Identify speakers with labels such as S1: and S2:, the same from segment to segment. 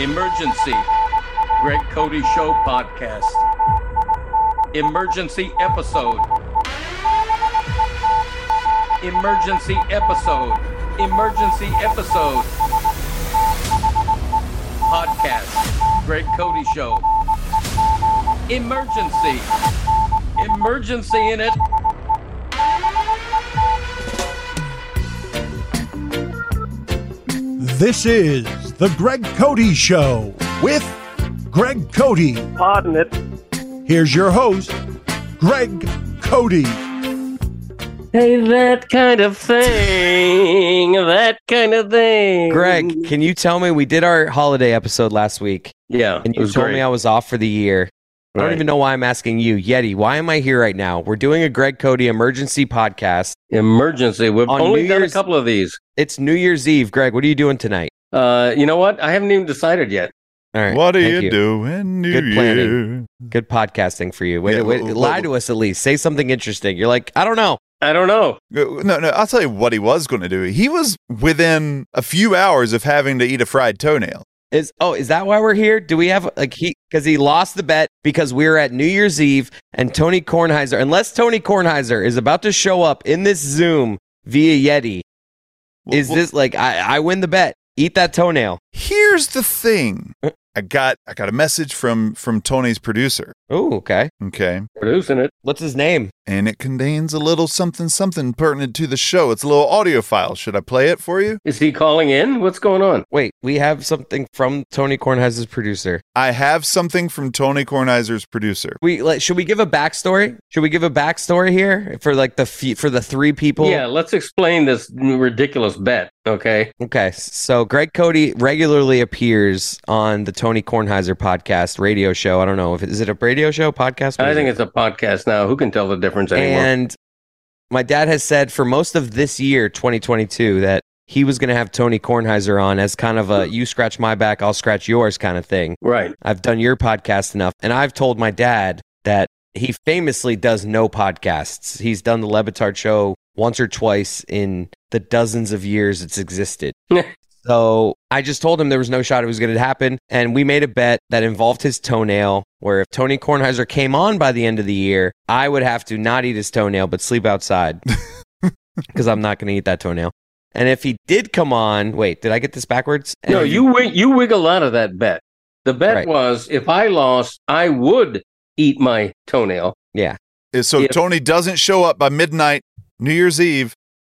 S1: Emergency. Greg Cody Show Podcast. Emergency episode. Emergency episode. Emergency episode. Podcast. Greg Cody Show. Emergency. Emergency in it.
S2: This is the Greg Cody Show with Greg Cody.
S3: Pardon it.
S2: Here's your host, Greg Cody.
S3: Hey, that kind of thing. That kind of thing.
S4: Greg, can you tell me we did our holiday episode last week
S1: Yeah.
S4: and you told me I was off for the year. I don't even know why I'm asking you, Yeti. Why am I here right now? We're doing a Greg Cody emergency podcast.
S1: Emergency. We've
S4: On
S1: only
S4: New
S1: done a
S4: Year's-
S1: couple of these.
S4: It's New Year's Eve. Greg, what are you doing tonight?
S1: Uh, you know what? I haven't even decided yet.
S4: All right.
S5: What are
S4: thank
S5: you, doing, New
S4: Good planning.
S5: Year?
S4: Good podcasting for you. Wait,
S5: Yeah,
S4: wait,
S5: well,
S4: lie
S5: well-
S4: to us at least. Say something interesting. You're like, I don't know.
S1: I don't know.
S5: Go- No, no, I'll tell you what he was going to do. He was within a few hours of having to eat a fried toenail.
S4: Is oh, is that why we're here? Do we have like he because he lost the bet because we were at New Year's Eve and Tony Kornheiser, unless Tony Kornheiser is about to show up in this Zoom via Yeti,
S5: Well,
S4: is
S5: well,
S4: this like I, I win the bet? Eat that toenail.
S5: Here's the thing.
S4: Uh.
S5: I got I got a message from from Tony's producer,
S4: Oh, okay.
S5: okay?
S1: Producing it.
S4: What's his name?
S5: And it contains a little something something pertinent to the show. It's a little audio file. Should I play it for you?
S1: Is he calling in? What's going on?
S4: Wait, we have something from Tony Kornheiser's producer.
S5: I have something from Tony Kornheiser's producer.
S4: We like, should we give a backstory? Should we give a backstory here for like the fe- for the three people?
S1: Yeah, let's explain this ridiculous bet, okay?
S4: Okay, so Greg Cody regularly appears on the Tony Kornheiser podcast radio show. I don't know if it, is it a radio show podcast. What
S1: I
S4: is
S1: think
S4: it?
S1: it's a podcast now. Who can tell the difference anymore?
S4: And my dad has said for most of this year, 2022, that he was going to have Tony Kornheiser on as kind of a "you scratch my back, I'll scratch yours" kind of thing.
S1: Hmm. right.
S4: I've done your podcast enough, and I've told my dad that he famously does no podcasts. He's done the Levitard show once or twice in the dozens of years it's existed. so I just told him there was no shot it was going to happen, and we made a bet that involved his toenail. Where if Tony Kornheiser came on by the end of the year, I would have to not eat his toenail but sleep outside because I'm not going to eat that toenail. And if he did come on, wait, did I get this backwards?
S1: No,
S4: And-
S1: you wig- you wiggle out of that bet. The bet
S4: Right.
S1: was if I lost, I would eat my toenail.
S4: yeah.
S5: Is- So
S1: Yeah.
S5: Tony doesn't show up by midnight New Year's Eve,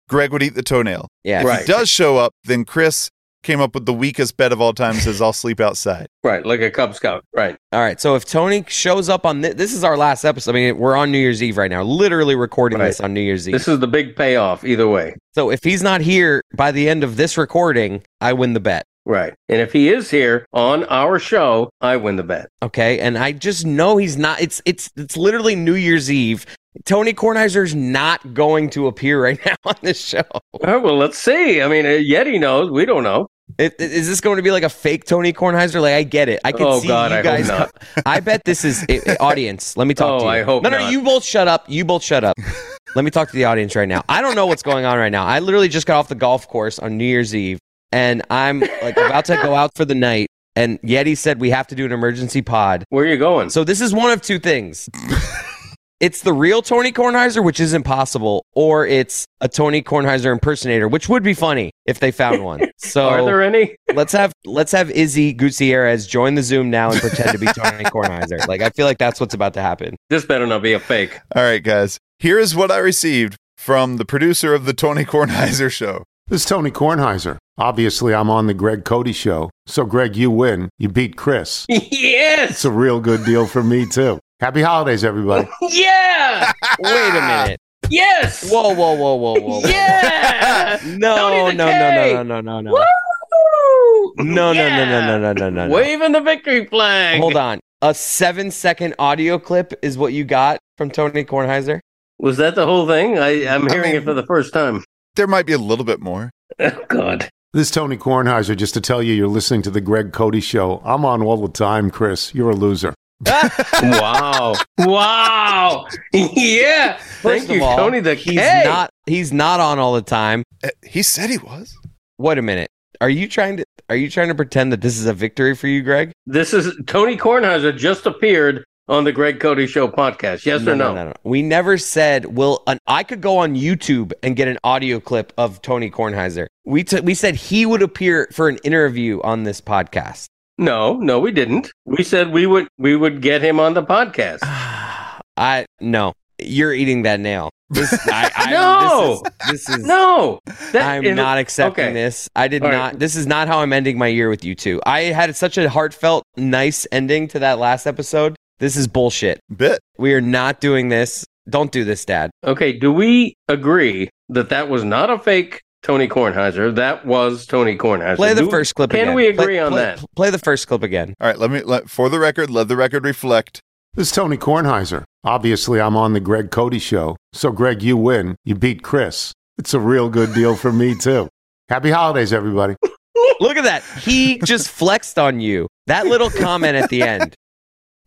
S5: Greg would eat the toenail.
S4: Yeah,
S5: If
S1: Right.
S5: he does show up, then Chris came up with the weakest bet of all time. Says I'll sleep outside.
S1: Right, like a Cub Scout. Right.
S4: All right. So if Tony shows up on this, this is our last episode. I mean, we're on New Year's Eve right now, literally recording
S1: Right.
S4: this on New Year's Eve.
S1: This is the big payoff either way.
S4: so if he's not here by the end of this recording, I win the bet.
S1: Right. And if he is here on our show, I win the bet.
S4: Okay. And I just know he's not. It's it's it's literally New Year's Eve. Tony Kornheiser's not going to appear right now on this show.
S1: All right, Oh, well, let's see. I mean, uh, Yeti knows. We don't know.
S4: Is is this going to be like a fake Tony Kornheiser? Like I get it. I can
S1: Oh,
S4: see
S1: God,
S4: you
S1: I hope
S4: guys.
S1: not.
S4: I bet this is i- i- audience. Let me talk
S1: Oh,
S4: to you.
S1: I hope
S4: no, no,
S1: not.
S4: you both shut up. You both shut up. Let me talk to the audience right now. I don't know what's going on right now. I literally just got off the golf course on New Year's Eve, and I'm like about to go out for the night. And Yeti said we have to do an emergency pod.
S1: Where are you going?
S4: So this is one of two things. It's the real Tony Kornheiser, which is impossible, or it's a Tony Kornheiser impersonator, which would be funny if they found one. So
S1: Are there any?
S4: let's have let's have Izzy Gutierrez join the Zoom now and pretend to be Tony Kornheiser. Like I feel like that's what's about to happen.
S1: This better not be a fake.
S5: All right, guys. Here is what I received from the producer of the Tony Kornheiser show.
S6: This is Tony Kornheiser. Obviously, I'm on the Greg Cody show. So, Greg, you win. You beat Chris. It's
S1: yes.
S6: a real good deal for me, too. Happy holidays, everybody.
S1: Yeah.
S4: Wait a minute.
S1: Yes.
S4: Whoa, whoa, whoa, whoa, whoa. whoa.
S1: Yeah.
S4: No,
S1: Tony
S4: Oh, no,
S1: the
S4: no,
S1: K.
S4: no, no, no, no, no. No, no, no, no, no, no, no, no, no.
S3: Waving the victory flag.
S4: Hold on. A seven second audio clip is what you got from Tony Kornheiser?
S3: Was that the whole thing? I, I'm
S5: I
S3: hearing
S5: mean-
S3: it for the first time.
S5: There might be a little bit more.
S3: Oh, God.
S6: This is Tony Kornheiser, just to tell you, you're listening to the Greg Cody Show. I'm on all the time, Chris. You're a loser.
S1: Wow.
S3: Wow. yeah.
S4: First
S3: Thank
S4: of
S3: you,
S4: all,
S3: Tony the
S4: He's
S3: K.
S4: not he's not on all the time.
S5: Uh, He said he was.
S4: Wait a minute. Are you trying to are you trying to pretend that this is a victory for you, Greg?
S3: This is Tony Kornheiser just appeared on the Greg Cody Show podcast. Yes or no?
S4: We never said will an I could go on YouTube and get an audio clip of Tony Kornheiser. We t- we said he would appear for an interview on this podcast.
S3: No, no, we didn't. We said we would we would get him on the podcast.
S4: I no. You're eating that nail. This I, I
S3: No!
S4: this is, this is
S3: No, that-
S4: I'm
S3: it-
S4: not accepting
S3: okay.
S4: this. I did
S3: All right.
S4: not. This is not how I'm ending my year with you two. I had such a heartfelt, nice ending to that last episode. This is bullshit.
S5: Bit.
S4: We are not doing this. Don't do this, Dad.
S3: Okay, do we agree that that was not a fake Tony Kornheiser? That was Tony Kornheiser.
S4: Play the
S3: Do-
S4: first clip
S3: can
S4: again.
S3: we
S4: Play-
S3: agree on
S4: play-
S3: that?
S4: Play the first clip again.
S5: All right. Let me let for the record. Let the record reflect.
S6: This is Tony Kornheiser. Obviously, I'm on the Greg Cody Show. So, Greg, you win. You beat Chris. It's a real good deal for me, too. Happy holidays, everybody.
S4: Look at that. He just flexed on you. That little comment at the end.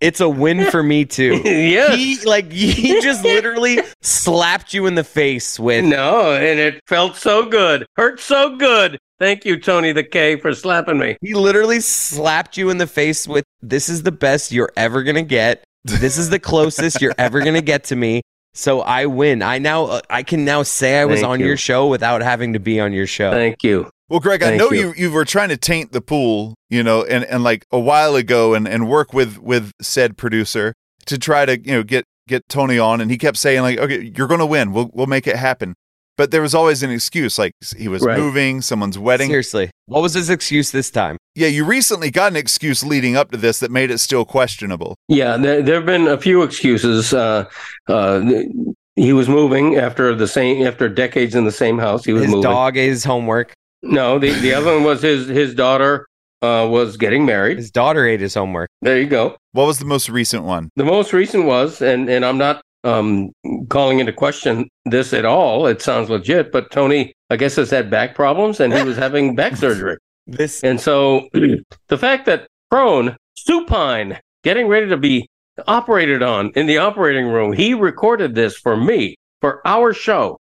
S4: It's a win for me too.
S3: yes.
S4: He like he just literally slapped you in the face with
S3: no, and it felt so good, hurt so good. Thank you, Tony the K, for slapping me.
S4: He literally slapped you in the face with this is the best you're ever going to get. This is the closest you're ever going to get to me. So I win. I now uh, I can now say I was
S3: Thank
S4: on
S3: you.
S4: your show without having to be on your show.
S3: Thank you.
S5: Well, Greg, I
S3: Thank
S5: know
S3: you.
S5: you. you were trying to taint the pool, you know, and, and like a while ago, and, and work with with said producer to try to you know get get Tony on, and he kept saying like, okay, you're going to win. We'll we'll make it happen. But there was always an excuse, like he was
S3: Right.
S5: moving, someone's wedding.
S4: Seriously. What was his excuse this time?
S5: Yeah, you recently got an excuse leading up to this that made it still questionable.
S3: Yeah, there, there have been a few excuses. Uh, uh, th- he was moving after the same after decades in the same house. He was
S4: His
S3: moving.
S4: dog ate his homework.
S3: No, the, the other one was his his daughter uh, was getting married.
S4: His daughter ate his homework.
S3: There you go.
S5: What was the most recent one?
S3: The most recent was, and and I'm not um, calling into question this at all. It sounds legit, but Tony, I guess, has had back problems, and he was having back surgery,
S4: This
S3: and so the fact that prone, supine, getting ready to be operated on in the operating room, he recorded this for me for our show.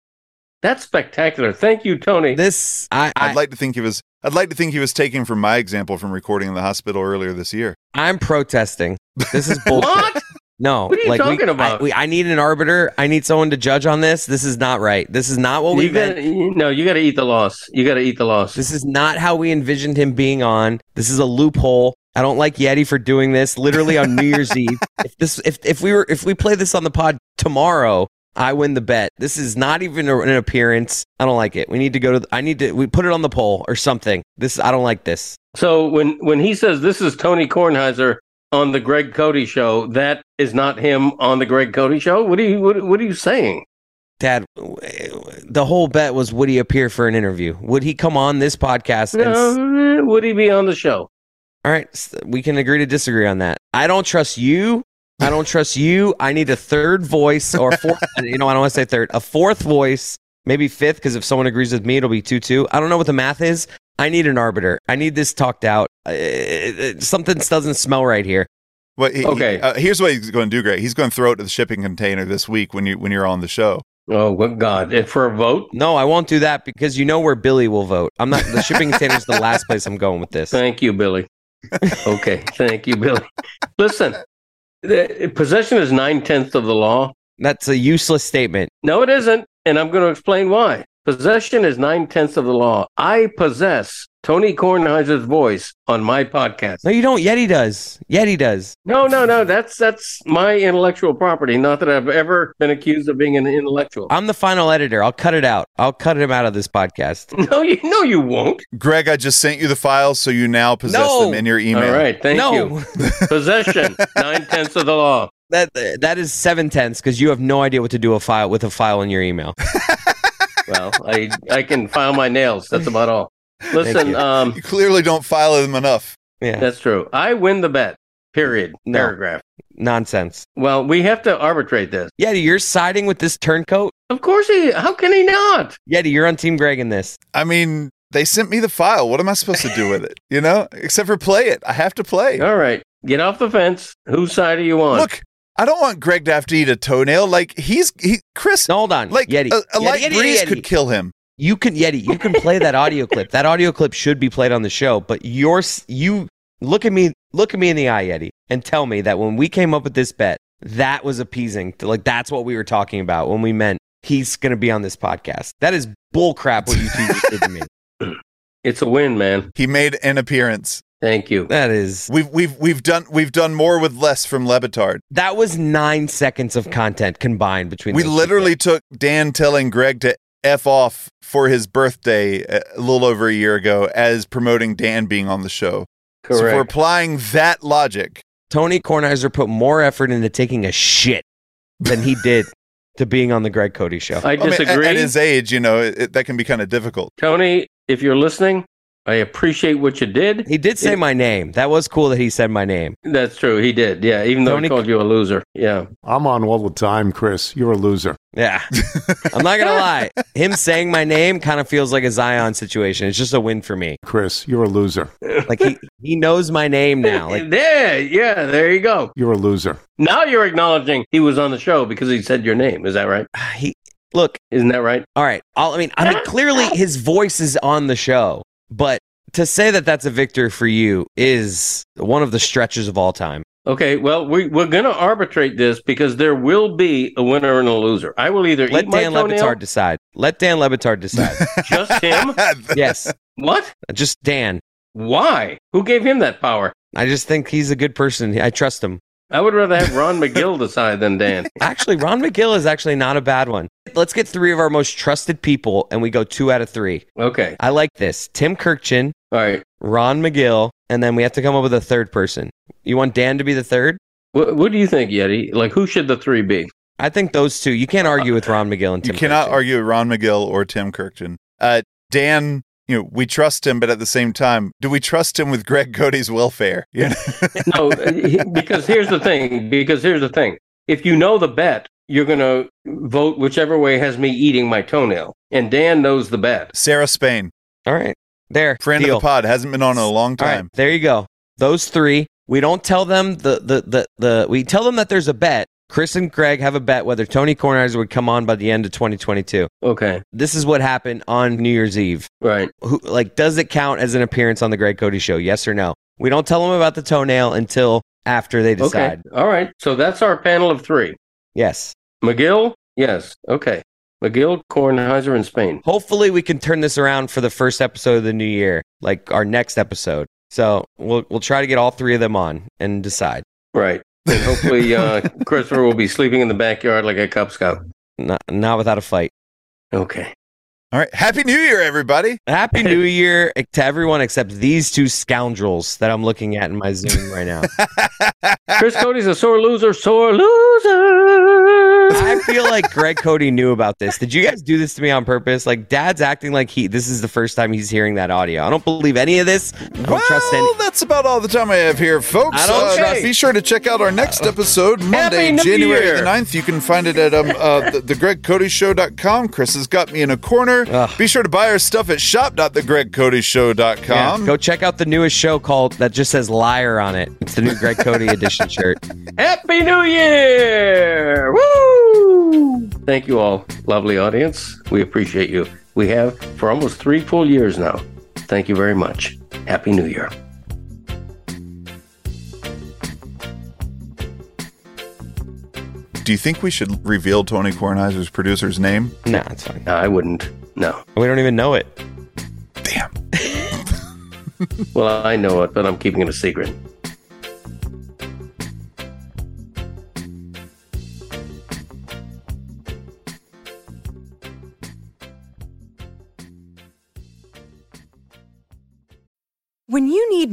S3: That's spectacular. Thank you, Tony.
S4: this I,
S5: I'd
S4: I
S5: like to think he was. I'd like to think he was taking from my example from recording in the hospital earlier this year.
S4: I'm protesting. This is bullshit.
S3: what?
S4: No,
S3: What are you
S4: like we-
S3: talking
S4: I-
S3: about?
S4: we- I, need an arbiter. I need someone to judge on this. This is not right. This is not what we
S3: you gotta, no, you got to eat the loss. You got to eat the loss.
S4: This is not how we envisioned him being on. This is a loophole. I don't like Yeti for doing this. Literally on New Year's Eve. If this, if if we were, if we play this on the pod tomorrow, I win the bet. This is not even a- an appearance. I don't like it. We need to go to. I need to. We put it on the poll or something. This. I don't like this.
S3: So when when he says this is Tony Kornheiser on the Greg Cody show, that is not him on the Greg Cody show. What are you what, what are you saying?
S4: Dad, w- w- the whole bet was would he appear for an interview? Would he come on this podcast? And, s-
S3: No, Uh, would he be on the show?
S4: all right, s- we can agree to disagree on that. I don't trust you. I don't trust you. I need a third voice or a fourth. you know, I don't want to say third, a fourth voice, maybe fifth, because if someone agrees with me, it'll be 2 2. I don't know what the math is. I need an arbiter. I need this talked out. Uh, uh, uh, something doesn't smell right here.
S5: What he,
S3: Okay.
S5: he- uh, here's what he's going to do, Greg. He's going to throw it to the shipping container this week when you when you're on the show.
S3: Oh what God! And for a vote,
S4: No, I won't do that because you know where Billy will vote. I'm not, the shipping container is the last place I'm going with this.
S3: thank you, Billy. okay, thank you, Billy. Listen, the, possession is nine tenths of the law.
S4: That's a useless statement.
S3: No, it isn't, and I'm going to explain why. Possession is nine tenths of the law. I possess Tony Kornheiser's voice on my podcast.
S4: No, you don't. Yeti does. Yeti does.
S3: No, no, no. That's that's my intellectual property. Not that I've ever been accused of being an intellectual.
S4: I'm the final editor. I'll cut it out. I'll cut him out of this podcast.
S3: no, you no, you won't.
S5: Greg, I just sent you the files, so you now possess
S4: No.
S5: them in your email.
S3: All right, thank
S4: no.
S3: you. Possession, nine tenths of the law.
S4: That that is seven tenths because you have no idea what to do a file with a file in your email.
S3: Well, I I can file my nails. That's about all. Listen,
S4: you.
S3: um,
S5: You clearly don't file them enough.
S4: Yeah.
S3: that's true. I win the bet. Period.
S4: No.
S3: Paragraph.
S4: Nonsense.
S3: Well, we have to arbitrate this.
S4: Yeti, you're siding with this turncoat?
S3: Of course he. How can he not?
S4: Yeti, you're on Team Greg in this.
S5: I mean, they sent me the file. What am I supposed to do with it? You know, except for play it. I have to play.
S3: All right, get off the fence. Whose side are you on?
S5: Look, I don't want Greg to have to eat a toenail. Like he's he, Chris.
S4: No, hold on.
S5: like
S4: Yeti.
S5: a, a
S4: Yeti,
S5: light
S4: Yeti,
S5: breeze
S4: Yeti.
S5: could kill him.
S4: you can Yeti, you can play that audio clip. That audio clip should be played on the show, but your you look at me look at me in the eye, Yeti, and tell me that when we came up with this bet, that was appeasing. Like that's what we were talking about when we meant he's going to be on this podcast. That is bullcrap what you two just did to me.
S3: It's a win, man.
S5: He made an appearance.
S3: Thank you.
S4: That is
S5: We've we've we've done we've done more with less from Levitard.
S4: that was 9 seconds of content combined between
S5: We
S4: those two
S5: literally took Dan telling Greg to f off for his birthday a a little over a year ago as promoting Dan being on the show. So if we're
S3: Correct.
S5: applying that logic,
S4: Tony Kornheiser put more effort into taking a shit than he did to being on the Greg Cody show.
S3: I
S5: I mean, at-
S3: disagree.
S5: at, his age, you know, it, it- that can be kind of difficult.
S3: Tony, if you're listening, I appreciate what you did.
S4: He did say my name. That was cool that he said my name.
S3: That's true. He did. Yeah, even though
S4: Tony-
S3: he called you a loser. Yeah.
S6: I'm on all the time, Chris. You're a loser.
S4: Yeah. I'm not going to lie. Him saying my name kind of feels like a Zion situation. It's just a win for me.
S6: Chris, you're a loser.
S4: Like he, he knows my name now. Like
S3: there. Yeah. There you go.
S6: You're a loser.
S3: Now you're acknowledging he was on the show because he said your name. Is that right?
S4: he look,
S3: Isn't that right?
S4: all right. I'll, I mean, I mean clearly his voice is on the show, but to say that that's a victory for you is one of the stretches of all time.
S3: Okay. Well, we we're gonna arbitrate this because there will be a winner and a loser. I will either eat
S4: Let
S3: my
S4: Dan
S3: toenail-
S4: Levitard decide. Let Dan Levitard decide.
S3: just him.
S4: yes.
S3: What?
S4: Just Dan.
S3: Why? Who gave him that power?
S4: I just think he's a good person. I trust him.
S3: I would rather have Ron McGill decide than Dan.
S4: Actually, Ron McGill is actually not a bad one. Let's get three of our most trusted people and we go two out of three.
S3: Okay.
S4: I like this. Tim Kirkchin,
S3: All right.
S4: Ron McGill, and then we have to come up with a third person. You want Dan to be the third?
S3: What, what do you think, Yeti? Like, who should the three be?
S4: I think those two. You can't argue with Ron McGill and
S5: you
S4: Tim.
S5: cannot
S4: Kirkchin.
S5: argue with Ron McGill or Tim Kirkton. Uh, Dan, you know, we trust him, but at the same time, do we trust him with Greg Cody's welfare? You know?
S3: No, he- because here's the thing. Because here's the thing. If you know the bet, you're going to vote whichever way has me eating my toenail. And Dan knows the bet.
S5: Sarah Spain,
S4: All right, there.
S5: friend
S4: deal.
S5: of the pod, hasn't been on in a long
S4: All right,
S5: time.
S4: there you go. Those three. We don't tell them the, the the the we tell them that there's a bet. Chris and Greg have a bet whether Tony Kornheiser would come on by the end of 2022.
S3: Okay.
S4: This is what happened on New Year's Eve.
S3: Right.
S4: who like does it count as an appearance on the Greg Cody show? Yes or no? We don't tell them about the toenail until after they decide.
S3: Okay. All right. So that's our panel of three
S4: Yes.
S3: McGill. Yes. Okay. McGill, Kornheiser, and Spain.
S4: Hopefully we can turn this around for the first episode of the new year, like our next episode. So we'll we'll try to get all three of them on and decide.
S3: Right. And hopefully, uh, Christopher will be sleeping in the backyard like a Cub Scout.
S4: Not, not without a fight.
S3: Okay.
S5: All right. Happy New Year, everybody.
S4: Happy New Year to everyone except these two scoundrels that I'm looking at in my Zoom right now.
S3: Chris Cody's a sore loser, sore loser.
S4: I feel like Greg Cody knew about this. Did you guys do this to me on purpose? Like, Dad's acting like he. This is the first time he's hearing that audio. I don't believe any of this. I don't
S5: well,
S4: trust any.
S5: that's about all the time I have here, folks.
S4: I don't
S5: Uh,
S4: trust-
S5: Be sure to check out our next episode Monday,
S3: Happy New
S5: January
S3: Year.
S5: the 9th. You can find it at um, uh, the, thegregcodyshow.com. Chris has got me in a corner.
S4: Ugh.
S5: Be sure to buy our stuff at
S4: Yeah,
S5: shop.thegregcodyshow.com.
S4: go check out the newest show called that just says liar on it. It's the new Greg Cody edition shirt.
S3: Happy New Year! Woo! Thank you all, lovely audience. We appreciate you. We have for almost three full years now. Thank you very much. Happy New Year.
S5: Do you think we should reveal Tony Kornheiser's producer's name?
S4: No, it's fine.
S3: No, I wouldn't. No.
S4: We don't even know it.
S5: Damn.
S3: Well, I know it, but I'm keeping it a secret.
S7: When you need